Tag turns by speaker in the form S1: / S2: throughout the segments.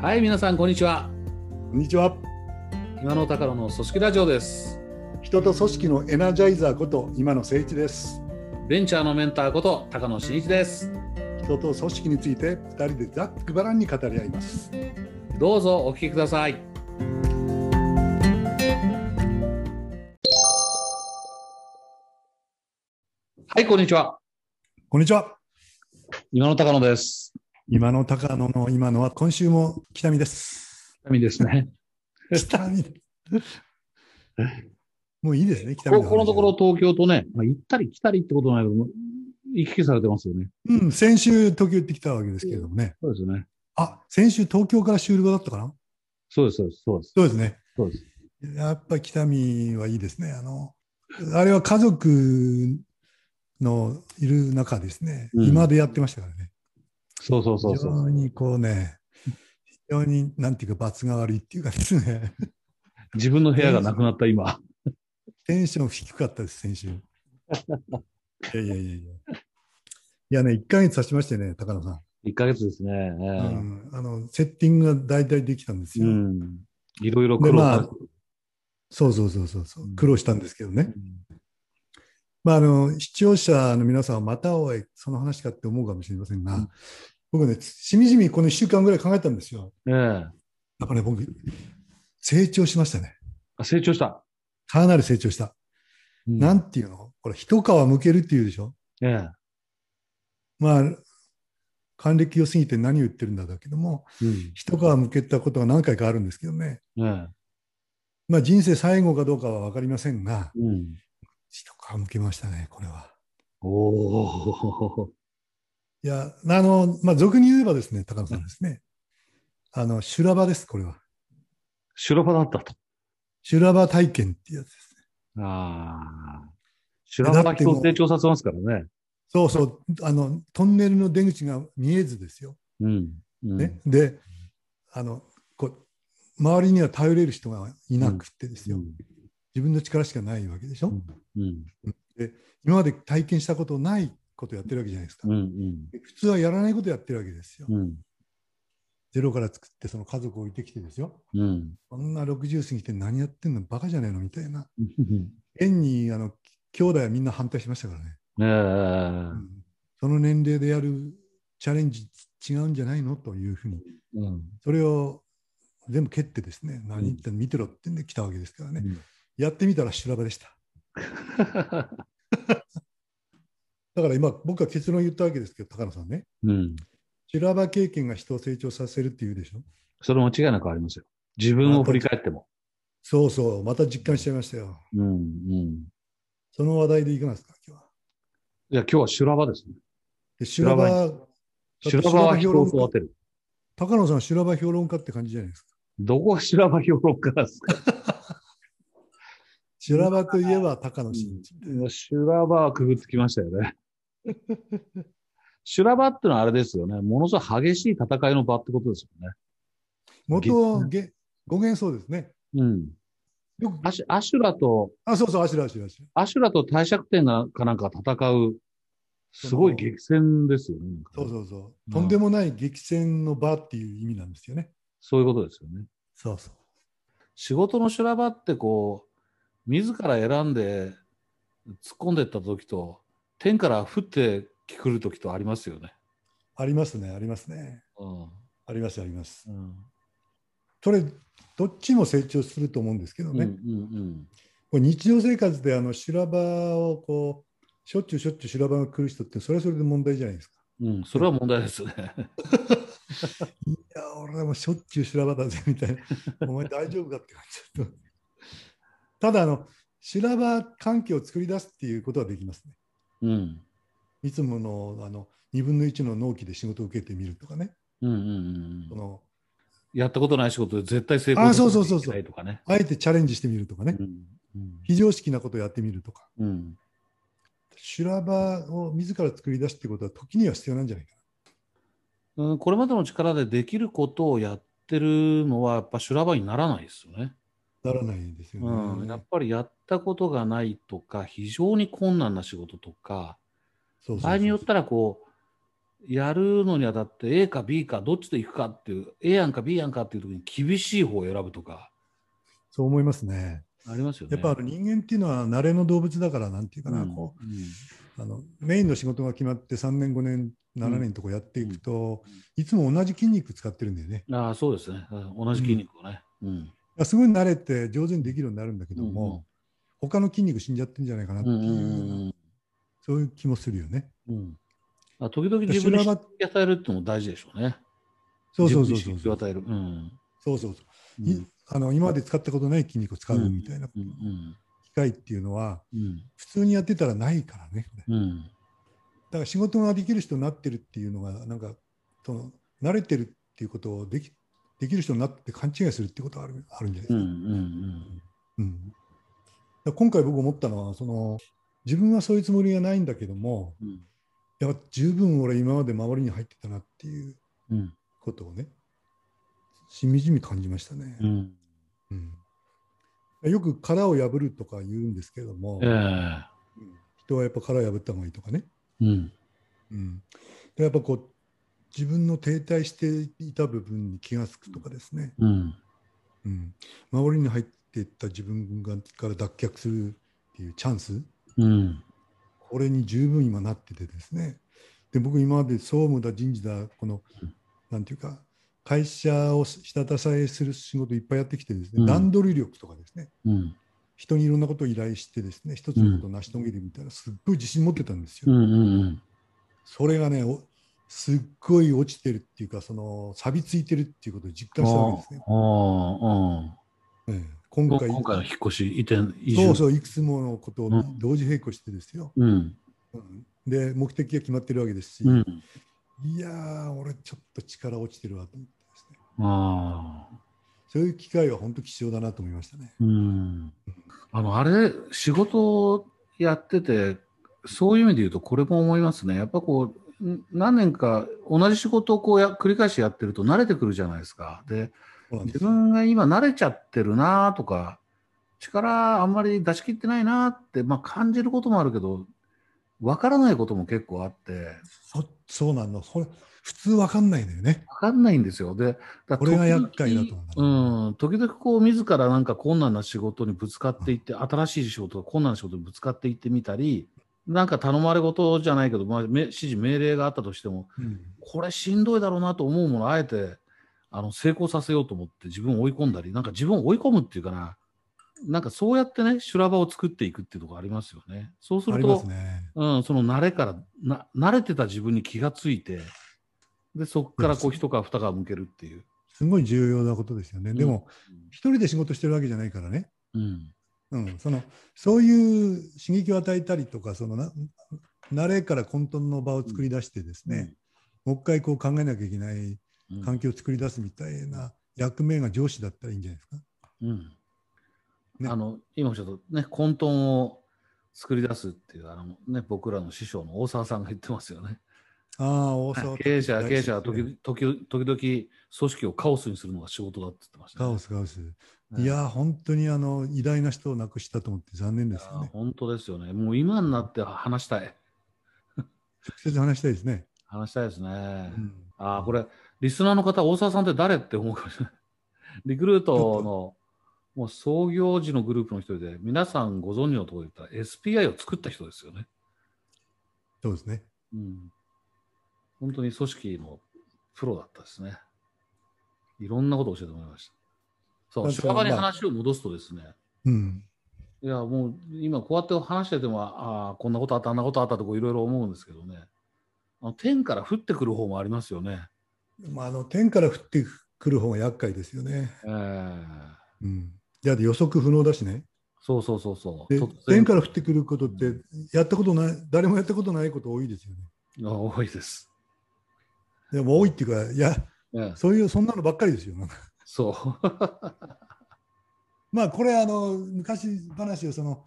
S1: はい、皆さん、こんにちは。
S2: こんにちは。
S1: 今の高野の組織ラジオです。
S2: 人と組織のエナジャイザーこと今野誠一です。
S1: ベンチャーのメンターこと高野真一です。
S2: 人と組織について二人でざっくばらんに語り合います。
S1: どうぞお聞きください。はい、こんにちは。
S2: こんにちは。
S1: 今の高野です。
S2: 今野高野の今野は今週も北見です。
S1: みですね。
S2: 北見。もういいですね、北見
S1: こ
S2: 話
S1: このところ。東京とね、まあ、行ったり来たりってことないけども、行き来されてますよね。
S2: うん、先週東京行ってきたわけですけれどもね。
S1: そうですよね。
S2: あ、先週東京から収録だったかな
S1: そうです、そうです、そうです。
S2: そうですね。
S1: そうです。
S2: やっぱ北見はいいですね。あの、あれは家族のいる中ですね。
S1: うん
S2: 今でやってましたからね。
S1: そうそうそう
S2: 非
S1: そう。
S2: 常にこうね、非常になんていうか、罰が悪いっていうかですね、
S1: 自分の部屋がなくなった今。
S2: テンション低かったです、先週。いやいやいやいや。いやね、1ヶ月経ちましてね、高野さ
S1: 1ヶ月ですね。
S2: ん。うんあの、セッティングが大体できたんです
S1: う
S2: よ。
S1: ん。いろいろ苦労
S2: でまあ
S1: されて
S2: そうそうそうそうそうう。
S1: ん
S2: 苦労したんですけどね。
S1: うん
S2: まあ、あの、視聴者の皆さんはまたおい、その話かって思うかもしれませんが、
S1: うん
S2: 僕ね、しみじみこの1週間ぐらい考えたんですよ。
S1: ええ
S2: やっぱね、僕、成長しましたね。
S1: あ成長した。
S2: かなり成長した。
S1: うん
S2: なんていうのこれ、一皮むけるっていうでしょ
S1: ええ
S2: まあ、還暦を過ぎて何を言ってるんだだけども、
S1: うん
S2: 一皮むけたことが何回かあるんですけどね、
S1: ええ
S2: まあ、人生最後かどうかは分かりませんが、
S1: うん
S2: 一皮むけましたね、これは。
S1: おー
S2: いや、あの、まあ、俗に言えばですね、高野さんですね、あの、修羅場です、これは。
S1: 修羅場だったと。
S2: 修羅場体験っていうやつです。
S1: ああ。修羅場が人を成長させますからね。
S2: そうそう、あの、トンネルの出口が見えずですよ。
S1: うん。うん
S2: ね。で、あの、こう、周りには頼れる人がいなくってです
S1: う
S2: よ。
S1: ん。
S2: 自分の力しかないわけでしょ。
S1: うんうん。
S2: 今まで体験したことないことやってるわけじゃないですか、
S1: うん。うん
S2: 普通はやらないことやってるわけですよ、
S1: うん。
S2: ゼロから作ってその家族を置いてきてですよ
S1: うん。
S2: こんな60過ぎて何やってんのバカじゃないのみたいな現にあの兄弟はみんな反対しましたからね、
S1: ええ
S2: うんその年齢でやるチャレンジ違うんじゃないのというふうに
S1: うん。
S2: それを全部蹴ってですね何言ってんの見てろってんで来たわけですからね、
S1: うん
S2: やってみたら修羅場 でしただから今僕は結論言ったわけですけど高野さんね
S1: うん。
S2: 修羅場経験が人を成長させるっていうでしょ
S1: それ間違いなくありますよ。自分を振り返っても。
S2: そうそう、また実感しちゃいましたよ。
S1: うん。うん。
S2: その話題でいかがですか、今日は。
S1: いや、今日は修羅場ですね。
S2: で修
S1: 修
S2: 羅場、
S1: 修羅場は人を育てる。
S2: 高野さん、修羅場評論家って感じじゃないですか。
S1: どこが修羅場評論家なんですか
S2: 修羅場といえば高野真一。
S1: 修羅場はくぐつきましたよ ね。修羅場ってのはあれですよね。ものすごい激しい戦いの場ってことですよね。
S2: 元げ、語源そうですね。
S1: うん。
S2: よく、
S1: アシアシュラと、
S2: あ、そうそう、あしらあしらあしら。
S1: アシュラと帝釈天がかなんか戦う、すごい激戦ですよね。なんか
S2: そう
S1: そう
S2: そうそうう。
S1: ん
S2: とんでもない激戦の場っていう意味なんですよね。
S1: いうことですよね。
S2: そうそう。
S1: 仕事の修羅場ってこう、自ら選んで突っ込んでった時と、天から降ってきくる時とありますよね。
S2: ありますね、ありますね。
S1: うん。
S2: あります、あります。
S1: うん。
S2: それ、どっちも成長すると思うんですけど
S1: うんうん
S2: ね。
S1: うん。
S2: これ日常生活であの修羅場をこうしょっちゅうしょっちゅう修羅場が来る人ってそれはそれで問題じゃないですか。
S1: うん、それは問題ですね。
S2: いや俺はもうしょっちゅう修羅場だぜみたいなお前大丈夫かって感じだと。ただあの修羅場関係を作り出すっていうことはできますね。
S1: うん。
S2: いつものあの2分の1の納期で仕事を受けてみるとかね。
S1: うんうん
S2: そ
S1: うん、
S2: の
S1: やったことない仕事で絶対成功
S2: あそうそうそう
S1: し
S2: そう
S1: ないとかね。
S2: あえてチャレンジしてみるとかね。
S1: うんうん
S2: 非常識なことをやってみるとか。
S1: うん、
S2: 修羅場を自ら作り出すってことは時には必要なんじゃないか
S1: うんこれまでの力でできることをやってるのはやっぱ修羅場にならないですよね。
S2: な。ならないんですよね。
S1: うん、やっぱりやったことがないとか非常に困難な仕事とか
S2: そうそうそ
S1: 場
S2: う
S1: 合によったらこうやるのにあたって A か B かどっちで行くかっていう A やんか B やんかっていう時に厳しい方を選ぶとか
S2: そう思いますね。
S1: ありますよね。
S2: やっぱあの人間っていうのは慣れの動物だからなんていうかな、
S1: うん
S2: こう
S1: うん
S2: あのメインの仕事が決まって3年5年7年とこうやっていくと、いつも同じ筋肉使ってるんだよね。
S1: ああそうですねうん同じ筋肉をね。うん
S2: すごい慣れて上手にできるようになるんだけど
S1: うんうん
S2: も、他の筋肉死んじゃってるんじゃないかなって
S1: う
S2: い
S1: んう
S2: う、
S1: ん
S2: そういう気もするよね。
S1: うんうんあ時々自分に刺激与えるってのも大事でしょうね。
S2: そうそうそう
S1: 自分
S2: そう
S1: に刺激
S2: そ
S1: を
S2: う
S1: 与える。うん
S2: そうそうそううい
S1: ん
S2: あの今まで使ったことない筋肉を使うみたいな
S1: うん
S2: 機会っていうのは
S1: うんうん
S2: 普通にやってたらないからね。これ
S1: うん
S2: だから仕事ができる人になってるっていうのがなんかその慣れてるっていうことをできできる人になって勘違いするってことはあるあるんじゃないです
S1: うんう
S2: か。
S1: ん
S2: うんだから今回僕思ったのはその自分はそういうつもりがないんだけども
S1: うん
S2: いや十分俺今まで守りに入ってたなっていう
S1: うん
S2: ことをねしみじみ感じましたね
S1: う。ん
S2: うんよく殻を破るとか言うんですけども
S1: え、え
S2: 人はやっぱ殻を破った方がいいとかね、
S1: うん
S2: うん、でやっぱこう自分の停滞していた部分に気が付くとかですね、
S1: うん
S2: うん、守りに入っていった自分がから脱却するっていうチャンス
S1: うん
S2: これに十分今なっててですねで僕今まで総務だ人事だこの
S1: うん
S2: なんていうか会社を下支えする仕事いっぱいやってきてですね、
S1: うん
S2: 段取り力とかですね
S1: うん
S2: 人にいろんなことを依頼してですね一つのことを成し遂げるみたいなすっごい自信持ってたんですよ。
S1: うんうん
S2: それがねおすっごい落ちてるっていうかその錆びついてるっていうことを実感したわけですね。
S1: ああああ
S2: ええ今
S1: 今
S2: 回
S1: 今回の引っ越し移転移住
S2: そうそういくつものことを
S1: うん
S2: 同時並行してですよ。
S1: うん
S2: うんで目的が決まってるわけですし、
S1: うん
S2: いやー俺ちょっと力落ちてるわと思ってですね
S1: ああ
S2: そういう機会は本当貴重だなと思いましたね。
S1: うんあのあれ仕事をやっててそういう意味で言うとこれも思いますねやっぱこうん何年か同じ仕事をこうや繰り返しやってると慣れてくるじゃないですかで
S2: そうなんで
S1: 自
S2: す
S1: 分が今慣れちゃってるなとか力あんまり出し切ってないなって、まあ、感じることもあるけど分からないことも結構あって
S2: そそうなのこれ普通わかんないのよね。
S1: 分かんないんですよ。で、だ
S2: これが厄介だと思う
S1: うん。時々こう、自らなんか困難な仕事にぶつかっていって、新しい仕事、困難な仕事にぶつかっていってみたり、なんか頼まれ事じゃないけど、まあ、め指示、命令があったとしても、
S2: うん
S1: これしんどいだろうなと思うものをあえて、あの、成功させようと思って自分を追い込んだり、なんか自分を追い込むっていうかな、なんかそうやってね、修羅場を作っていくっていうところありますよね。そうす
S2: あ
S1: る
S2: りま
S1: と、
S2: すね。
S1: うん、その慣れからな、慣れてた自分に気がついて、で、そこからこう、
S2: うん
S1: 一皮二皮向けるっていう。
S2: すごい重要なことですよね。でも、
S1: うん
S2: 一人で仕事してるわけじゃないからね。
S1: うん。
S2: うん、そのそういう刺激を与えたりとかそのな慣れから混沌の場を作り出してですね、もう一回こう考えなきゃいけない
S1: うん。
S2: 環境を作り出すみたいな役目が上司だったらいいんじゃないですか。
S1: うん。
S2: ね
S1: あの、今ちょっとね、混沌を作り出すっていう、あのね、僕らの師匠の大沢さんが言ってますよね。
S2: ああ大
S1: は
S2: 沢
S1: い経営者は経営者は
S2: 大好きですね
S1: 時時時々組織をカオスにするのが仕事だって言ってましたね、
S2: カオスカオス。
S1: うん
S2: いやー本当にあの偉大な人を亡くしたと思って残念
S1: い
S2: で
S1: や
S2: すよね。
S1: 本当ですよね。もう今になって話したい。
S2: 直接話したいですね。
S1: 話したいですね。
S2: うん
S1: ああ、これ、リスナーの方、大沢さんって誰って思うかもしれない。 リクルートの、もう創業時のグループの一人で、皆さんご存知のところで言ったら SPI を作った人ですよね。
S2: そうですね。
S1: うん。本当に組織のプロだったですね。いろんなことを教えてもらいました。そ
S2: な
S1: う、
S2: んか
S1: 修羅場に
S2: まあ
S1: 話を戻すとですね、
S2: うん。
S1: いや、もう今こうやって話してても、ああ、こんなことあった、あんなことあったとかいろいろ思うんですけどね、あの天から降ってくる方もありますよね。
S2: まああの天から降ってくる方が厄介ですよね。
S1: ええ
S2: うん。だって予測不能だしね。
S1: そうそうそうそう。
S2: で
S1: 突然
S2: 天から降ってくることってやったことない誰もやったことないこと多いですよね。
S1: あ多いです。
S2: でも多いっていうかいや
S1: ええ
S2: そういうそんなのばっかりですよ。
S1: そう。
S2: まあこれあの昔話をその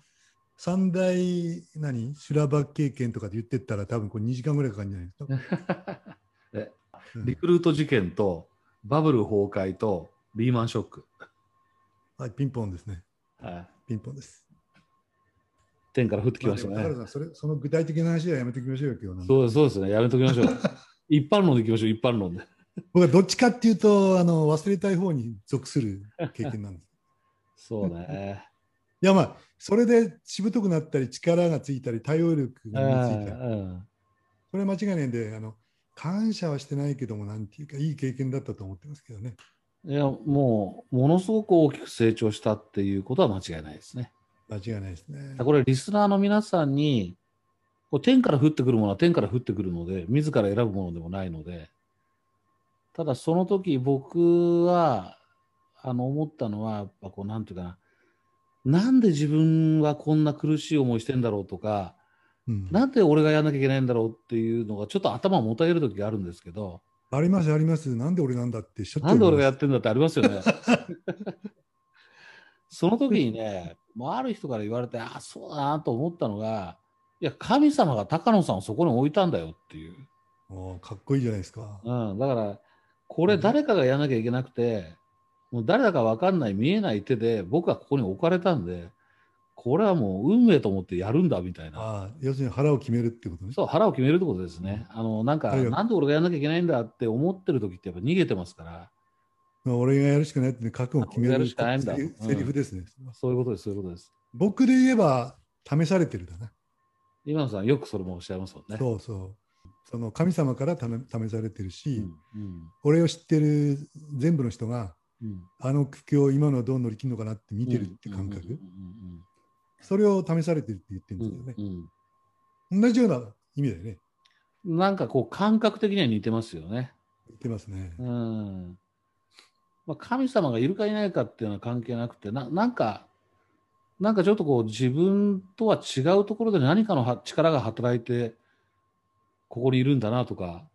S2: 三大何修羅場経験とかで言ってったら多分これ2時間ぐらいかかるんじゃないですか。うん
S1: リクルート事件と、バブル崩壊と、リーマンショック。
S2: はい、ピンポンですね。
S1: はい
S2: ピンポンです。
S1: 天から降ってきました
S2: あ
S1: ね
S2: でも高。田さんそれその具体的な話はやめておきましょうよ今日なんか
S1: そうそうですね、やめときましょう。一般論でいきましょう、一般論で。
S2: 僕はどっちかっていうと、あの忘れたい方に属する経 験なんです。
S1: そう ね。
S2: いやまあ、それでしぶとくなったり、力がついたり、対応力
S1: う
S2: が身についたり、
S1: ん
S2: それは間違いないんであの、感謝はしてないけども、なんていうか、いい経験だったと思ってますけどね。
S1: うんいや、もう、ものすごく大きく成長したっていうことは間違いないですね。
S2: 間違いないですね。
S1: これ、リスナーの皆さんに、こう天から降ってくるものは天から降ってくるので、自ら選ぶものでもないので、ただその時僕は、あの、思ったのは、やっぱこう、なんていうかな、なんで自分はこんな苦しい思いしてんだろうとか、
S2: うん
S1: なんで俺がやんなきゃいけないんだろうっていうのが、ちょっと頭をもたげる時があるんですけど、
S2: ありますあります。なんで俺なんだってしょっちゅう
S1: なんで俺がや
S2: 思い
S1: ってんだってありますよね。その時にね、もうある人から言われて、ああ、そうだなと思ったのが、いや、神様が高野さんをそこに置いたんだよっていう。
S2: ますおーかっこいいじゃないですか。
S1: うん、だから、これ誰かがやらなきゃいけなくて、もう誰だか分かんない、見えない手で僕はここに置かれたんで、これはもう運命と思ってやるんだみたいな。
S2: ああ要するに腹を決めるってことね。
S1: そう腹を決めるってことですね。あのなんか、
S2: ありがとう
S1: なんで俺がやらなきゃいけないんだって思ってる時って、やっぱ逃げてますから、
S2: まあ俺がやるしかないって、ね、覚悟を決め
S1: や
S2: る
S1: るしかないんだ
S2: セリ
S1: うん
S2: セリフですね。
S1: そういうことです、そういうことです。
S2: 僕で言えば、試されてるだな。
S1: 今野さん、よくそれもおっしゃいますもんね。
S2: そうそう。その神様から試試されてるし、
S1: うんうん
S2: 俺を知ってる全部の人が、
S1: うん
S2: あの苦境を今のはどう乗り切るのかなって見てるって感覚、
S1: うん
S2: それを試されてるって言ってるん
S1: うんう
S2: で
S1: ん
S2: すよね。
S1: うん
S2: 同じような意味だよね。
S1: うんなんかこう感覚的には似てますよね。
S2: 言ってますね。
S1: うんまあ、神様がいるかいないかっていうのは関係なくてななんかなんかちょっとこう自分とは違うところで何かのは力が働いてここにいるんだなとか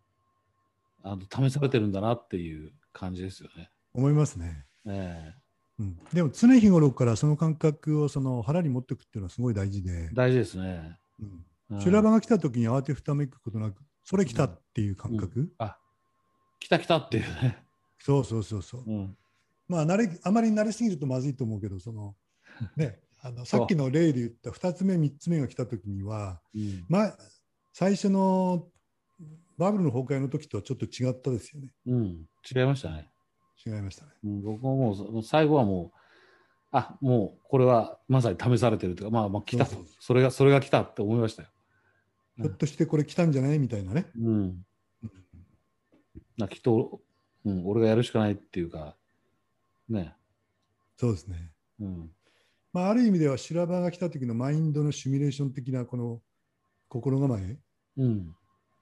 S1: あの試されてるんだなっていう感じですよね。
S2: 思いますね。
S1: え
S2: うん、でも常日頃からその感覚をその腹に持っていくっていうのはすごい大事で
S1: え、大事ですね。
S2: うん
S1: うん
S2: 修羅場が来た時に慌てふためくことなく、それ来たっていう感覚、
S1: あ来た来たっていうね。
S2: そうそうそうそう。
S1: うん
S2: まあ慣れ、あまり慣れすぎるとまずいと思うけど、その、ね、あのさっきの例で言った2つ目、3つ目が来た時には、
S1: うん
S2: まあ、最初のバブルの崩壊の時とはちょっと違ったですよね。
S1: うん、違いましたね。
S2: 違いましたね。
S1: うん僕ももうそもう最後はもう、あもうこれはまさに試されてるというか、まあまあ来たと
S2: そうそう
S1: それが、それが来たって思いましたよ。うん
S2: ひょっとしてこれ来たんじゃないみたいなね。
S1: うん。なきっと、うん、俺がやるしかないっていうか、ね。
S2: そうですね。
S1: うん。
S2: まあ、ある意味では修羅場が来た時のマインドのシミュレーション的なこの心構え、
S1: うん。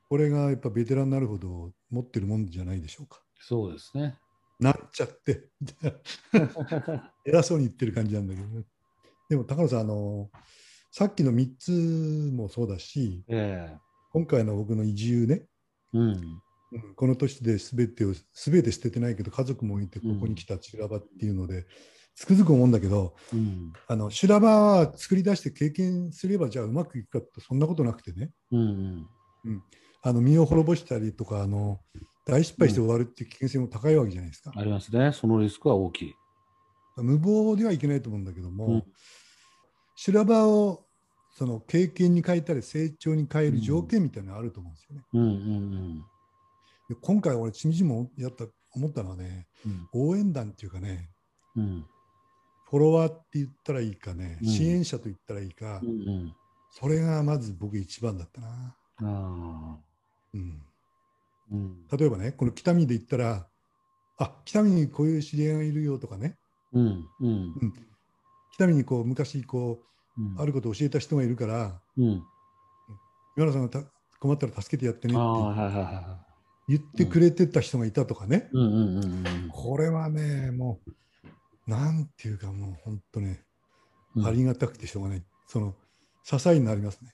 S2: これがやっぱベテランになるほど持ってるもんじゃないでしょうか。
S1: そうですね。
S2: なっちゃって、偉そうに言ってる感じなんだけどね。でも高野さん、あのさっきの3つもそうだし、
S1: ええ
S2: 今回の僕の移住ね、
S1: うん。
S2: うんこの年で全てを全て捨ててないけど家族もいてここに来た修羅場っていうので、つくづく思うんだけど
S1: うん。
S2: あの修羅場は作り出して経験すればじゃあうまくいくかってそんなことなくてね
S1: うんうん。
S2: あの身を滅ぼしたりとかあの大失敗して終わるっていう危険性も高いわけじゃないですか、
S1: ありますね。そのリスクは大きい。
S2: 無謀ではいけないと思うんだけども、
S1: うん
S2: 修羅場をその経験に変えたり成長に変える条件みたいなのあると思うんですよね。
S1: うんうん
S2: で今回俺ちみじもやった思ったのはね
S1: うん。
S2: 応援団っていうかね
S1: うん。うん。
S2: フォロワーって言ったらいいかね、
S1: うん
S2: 支援者と言ったらいいか、
S1: うん
S2: それがまず僕一番だったな、
S1: うん。ああ。
S2: うん、
S1: うん。
S2: 例えばねこの北見で言ったらあ北見にこういう知り合いがいるよとかね
S1: うん。うん。
S2: 北見にこう昔こうあ
S1: る。
S2: ることを教えた人がいるから
S1: うん。
S2: 今田さんがた困ったら助けてやってね
S1: ああ、
S2: っ
S1: はいはいはいはい。
S2: て言ってくれてた人がいたとかね、
S1: うんうんうんうん
S2: これはねもうなんていうかもう本当ね
S1: うん
S2: ありがたくてしょうがない、その支えになりますね。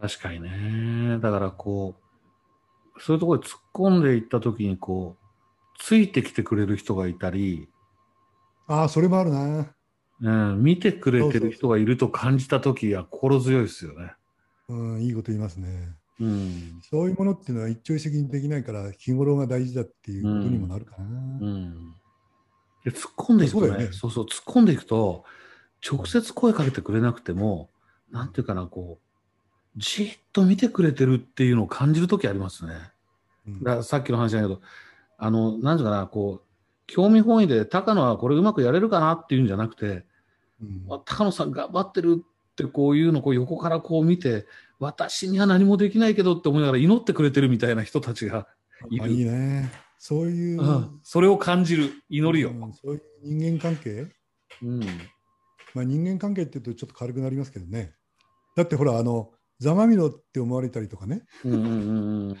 S1: 確かにね。だからこう、そういうところに突っ込んでいったときに、こう、ついてきてくれる人がいたり、
S2: ああそれもあるな。
S1: うん、見てくれてる人がいると感じたときは心強いですよね。
S2: うん、いいこと言いますね。
S1: うん。
S2: そういうものっていうのは一朝一夕にできないから日頃が大事だっていうことにもなるか
S1: う
S2: な。
S1: ん。で突っ込んでいくとね
S2: そうだよね
S1: そうそう、突っ込んでいくと、直接声かけてくれなくても、なんていうかな、こう、じーっと見てくれてるっていうのを感じるときありますね。
S2: うん
S1: ださっきの話だけど、あの、なんていうかな、こう、興味本位で、高野はこれうまくやれるかなっていうんじゃなくて、
S2: うん
S1: わ高野さん頑張ってるってこういうのをこう横からこう見て、私には何もできないけどって思いながら祈ってくれてるみたいな人たちがい
S2: あ
S1: る。
S2: いいね。そういう、
S1: うん、それを感じる、祈りを。
S2: うんそういう人間関係、
S1: うん。
S2: まあ、人間関係っていうとちょっと軽くなりますけどね。だってほら、あの、ざまみろって思われたりとかね、
S1: うんうんうんうん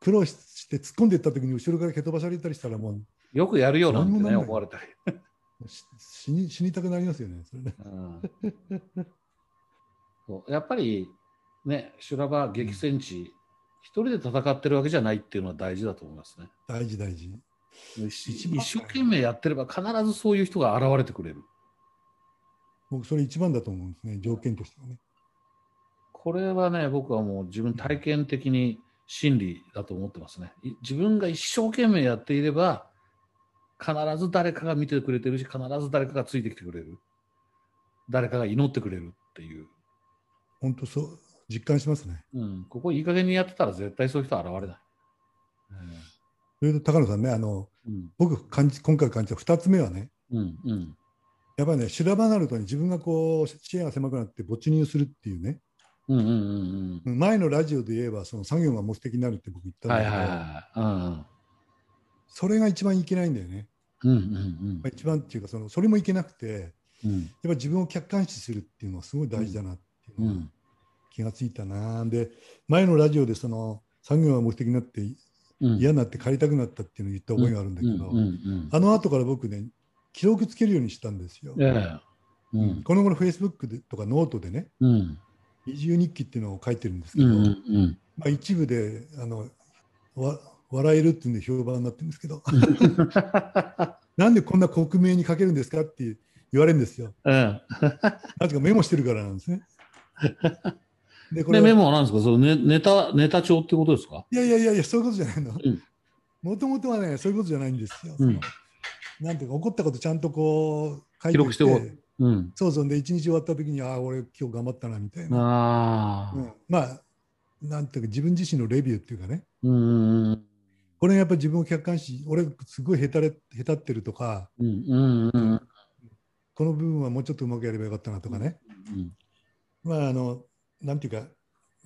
S2: 苦労しして突っ込んでいった時に後ろから蹴飛ばされたりしたらもう
S1: よくやるよなんて
S2: 何もな
S1: ね、
S2: んない
S1: 思われたり。
S2: し死に死にたくなりますよね。それね
S1: うんそうやっぱりね、修羅場激戦地、一人で戦ってるわけじゃないっていうのは大事だと思いますね。
S2: 大事大事。
S1: し
S2: 一番
S1: 一生懸命やってれば必ずそういう人が現れてくれる。
S2: 僕それ一番だと思うんですね、条件としてはね。
S1: これはね、僕はもう自分体験的に真理だと思ってますね。い自分が一生懸命やっていれば、必ず誰かが見てくれてるし、必ず誰かがついてきてくれる。誰かが祈ってくれるっていう。
S2: 本当そう、実感しますね。
S1: うん、ここいい加減にやってたら絶対そういう人は現れない。
S2: それと高野さんね、あの
S1: うん、
S2: 僕感じ、今回感じた2つ目はね、
S1: うん、うん。
S2: やっぱりね、修羅場になるとね、自分がこう、視野が狭くなって没入するっていうね、
S1: うん、うん、うん、
S2: 前のラジオで言えば、その作業が目的になるって僕言っ
S1: う
S2: た
S1: ん。
S2: んだ
S1: は
S2: け
S1: い、
S2: ど、
S1: はい、はい。うん
S2: それが一番いけないんだよね。
S1: うん、うん
S2: まあ、一番っていうかその、それもいけなくて、やっ
S1: うん、うん。
S2: ぱ自分を客観視するっていうのはすごい大事だなっていう
S1: う
S2: のは
S1: ん、
S2: 気がついたな、で、前のラジオでその作業が目的になって
S1: うん。
S2: 嫌になって帰りたくなったっていうのを言った覚えがあるんだけど、
S1: うん、うん、
S2: あの後から僕ね、記録つけるようにしたんですよ。
S1: うん。ええ。うん、
S2: この頃、フェイスブックでとかノートでね、
S1: うん。
S2: 移住日記っていうのを書いてるんですけ
S1: う
S2: ど、
S1: んうんうん、
S2: まあ、一部であのわ笑えるっていうんで評判になってるんです けど、なんでこんな克明に書けるんですかって言われるんですよ。
S1: うん。
S2: なぜかメモしてるからなんです ね。で、こ
S1: で、
S2: れ、
S1: メ
S2: い
S1: モは何ですかそのネネタ、ネタ帳ってことですか
S2: やいやいやいや、そういうことじゃないの
S1: うん。
S2: もともとはね、そういうことじゃないんですよ。
S1: うん
S2: なんていうか、起こったことちゃんとこう書い
S1: 記
S2: て
S1: 録しておこ
S2: て
S1: うん。
S2: そうそう、で、一日終わった時に、ああ、俺、今日頑張ったなみたいな。
S1: あ
S2: うん
S1: あ。
S2: まあ、なんていうか、自分自身のレビューっていうかね、
S1: うん。うん。
S2: これがやっぱり自分を客観視、俺、すごいへたれへたってるとか、
S1: うん。うん。うん。
S2: この部分はもうちょっとうまくやればよかったなとかね、まあ、あの、なんていうか、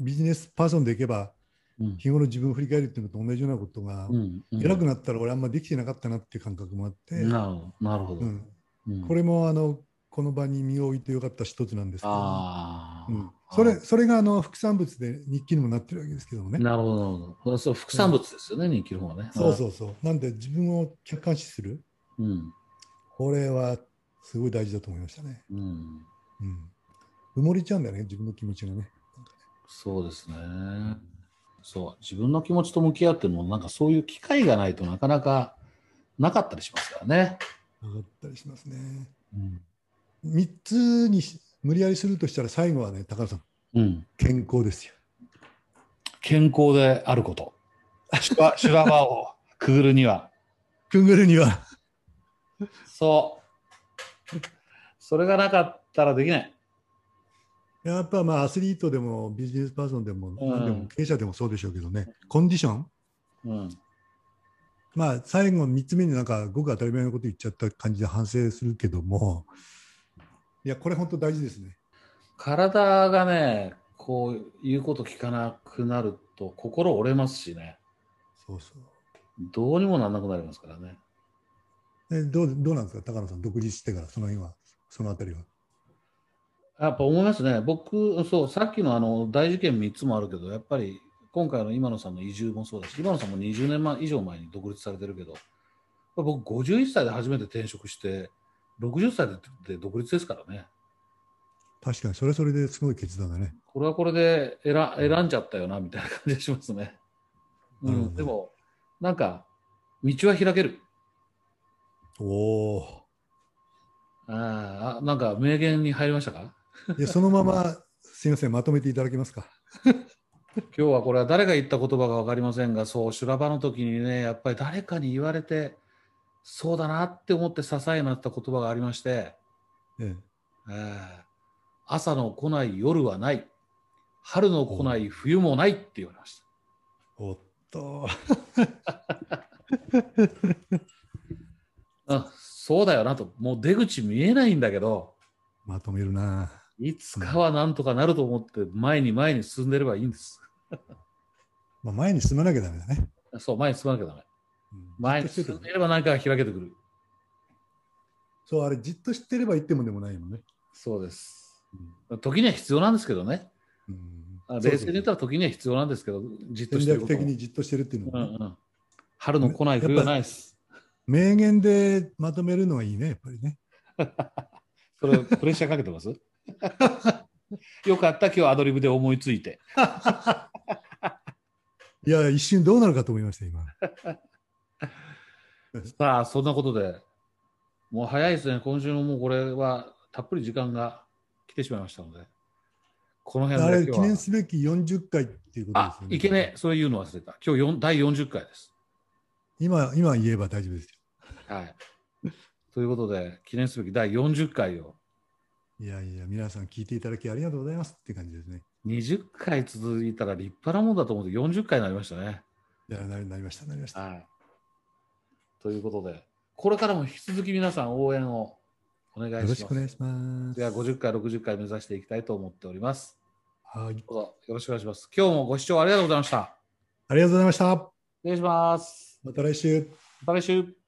S2: ビジネスパーソンでいけば、
S1: うん。
S2: 日頃自分を振り返るっていうのと同じようなことが、
S1: うん。
S2: 偉く
S1: な
S2: なったら俺、あんまできてなかったなっていう感覚もあって、
S1: なるほど。なるほど
S2: う。ん
S1: うん
S2: これもあのこの場に身を置いてよかった一つなんですけど、
S1: ああ。
S2: うんそれそれがあの副産物で日記にもなってるわけですけどもね。
S1: なるほど、なるほどこれ。そう、副産物ですよね、人気の方はね。
S2: そうそうそう。なんで自分を客観視する、
S1: う。うん。
S2: これはすごい大事だと思いましたね。
S1: うん。
S2: うん、埋もれちゃうんだよね、自分の気持ちがね。
S1: そうですね。そう。自分の気持ちと向き合っても、なんかそういう機会がないとなかなかなかったりしますからね。
S2: 上がったりしますね。
S1: うん。
S2: 3つにし無理やりするとしたら最後はね、高野さん、
S1: うん。
S2: 健康ですよ。
S1: 健康であること。修羅 修羅場をくぐるには。
S2: くぐるには
S1: そう。それがなかったらできない。
S2: やっぱまあアスリートでもビジネスパーソンでも
S1: ん
S2: 何でも経営者でもそうでしょうけどね、コンディション
S1: うん。
S2: まあ最後3つ目になんかごく当たり前のこと言っちゃった感じで反省するけどもいやこれ本当大事ですね
S1: 体がね、こう、言うこと聞かなくなると、心折れますしね。
S2: そうそう
S1: どうにもなんなくなりますからね。
S2: えどうどうなんですか高野さん独立してからその辺はそのあたりは
S1: やっぱ思いますね。僕、そう、さっきのあの、大事件3つもあるけど、やっぱり、今回の今野さんの移住もそうだし、今野さんも20年前以上前に独立されてるけど、僕51歳で初めて転職して、60歳で独立ですからね。
S2: 確かにそれはそれですごい決断だね
S1: これはこれで選選んじゃったよなみたいな感じがしますね。う
S2: なるほ
S1: ん、
S2: ど
S1: でも、なんか、道は開ける。
S2: おお
S1: あーあ、なんか名言に入りましたか
S2: いやそのまますいませんまとめていただけますか
S1: 今日はこれは誰が言った言葉か分かりませんが、そう、修羅場の時にね、やっぱり誰かに言われて、そうだなって思って支えになった言葉がありまして、
S2: ええ
S1: えー朝の来ない夜はない、春の来ない冬もないって言われました。
S2: おっと。
S1: あそうだよなと、もう出口見えないんだけど、
S2: まとめるな。
S1: いつかはなんとかなると思って、前に前に進んでればいいんです。
S2: まあ、前に進まなきゃダメだね。
S1: そう、前に進まなきゃダメ。
S2: うん
S1: 前に
S2: じっとし
S1: 進ん
S2: てれば
S1: でいれば何かが開けてくる。
S2: そう、あれ、じっと知ってれば言ってもでもないもんね。
S1: そうです。時には必要なんですけどね。
S2: うん
S1: あ冷静に言っ
S2: そ
S1: た
S2: う
S1: ら時には必要なんですけど、じっ
S2: そ
S1: と
S2: う
S1: して
S2: 戦
S1: ること
S2: 略的
S1: も
S2: にじっとしてるっていうの
S1: う
S2: は
S1: ん
S2: ね、
S1: うん。春の来ない冬はないです。
S2: 名言でまとめるのはいいね、やっぱりね。
S1: それ、プレッシャーかけてます よかった、今日アドリブで思いついて。
S2: いや、一瞬どうなるかと思いました、 今。
S1: さあ、そんなことで、もう早いですね。今週ももうこれは、たっぷり時間が来てしまいましたので、この
S2: あ
S1: 辺
S2: れ、
S1: で
S2: 記
S1: 今日
S2: 念
S1: は。
S2: すべき40回っていうことで
S1: あ
S2: すよ、ね。
S1: いけねえ。それ言うの忘れた。今日よん第40回です。
S2: 今、今言えば大丈夫です
S1: はい。ということで、記念すべき第40回を、
S2: よ。いやいや、皆さん聞いていただきありがとうございますって感じですね。
S1: 20回続いたら立派なもんだと思って40回になりましたね。
S2: いや、ななりました、なりました。
S1: はい。ということで、これからも引き続き皆さん応援をお願いしま
S2: よ
S1: す。
S2: ろしくお願いします。
S1: では50回、60回目指していきたいと思っております。
S2: はい、
S1: どうぞよろしくお願いします。今日もご視聴ありがとうございました。
S2: ありがとうございました。
S1: 失礼します。
S2: また来週。
S1: また来週。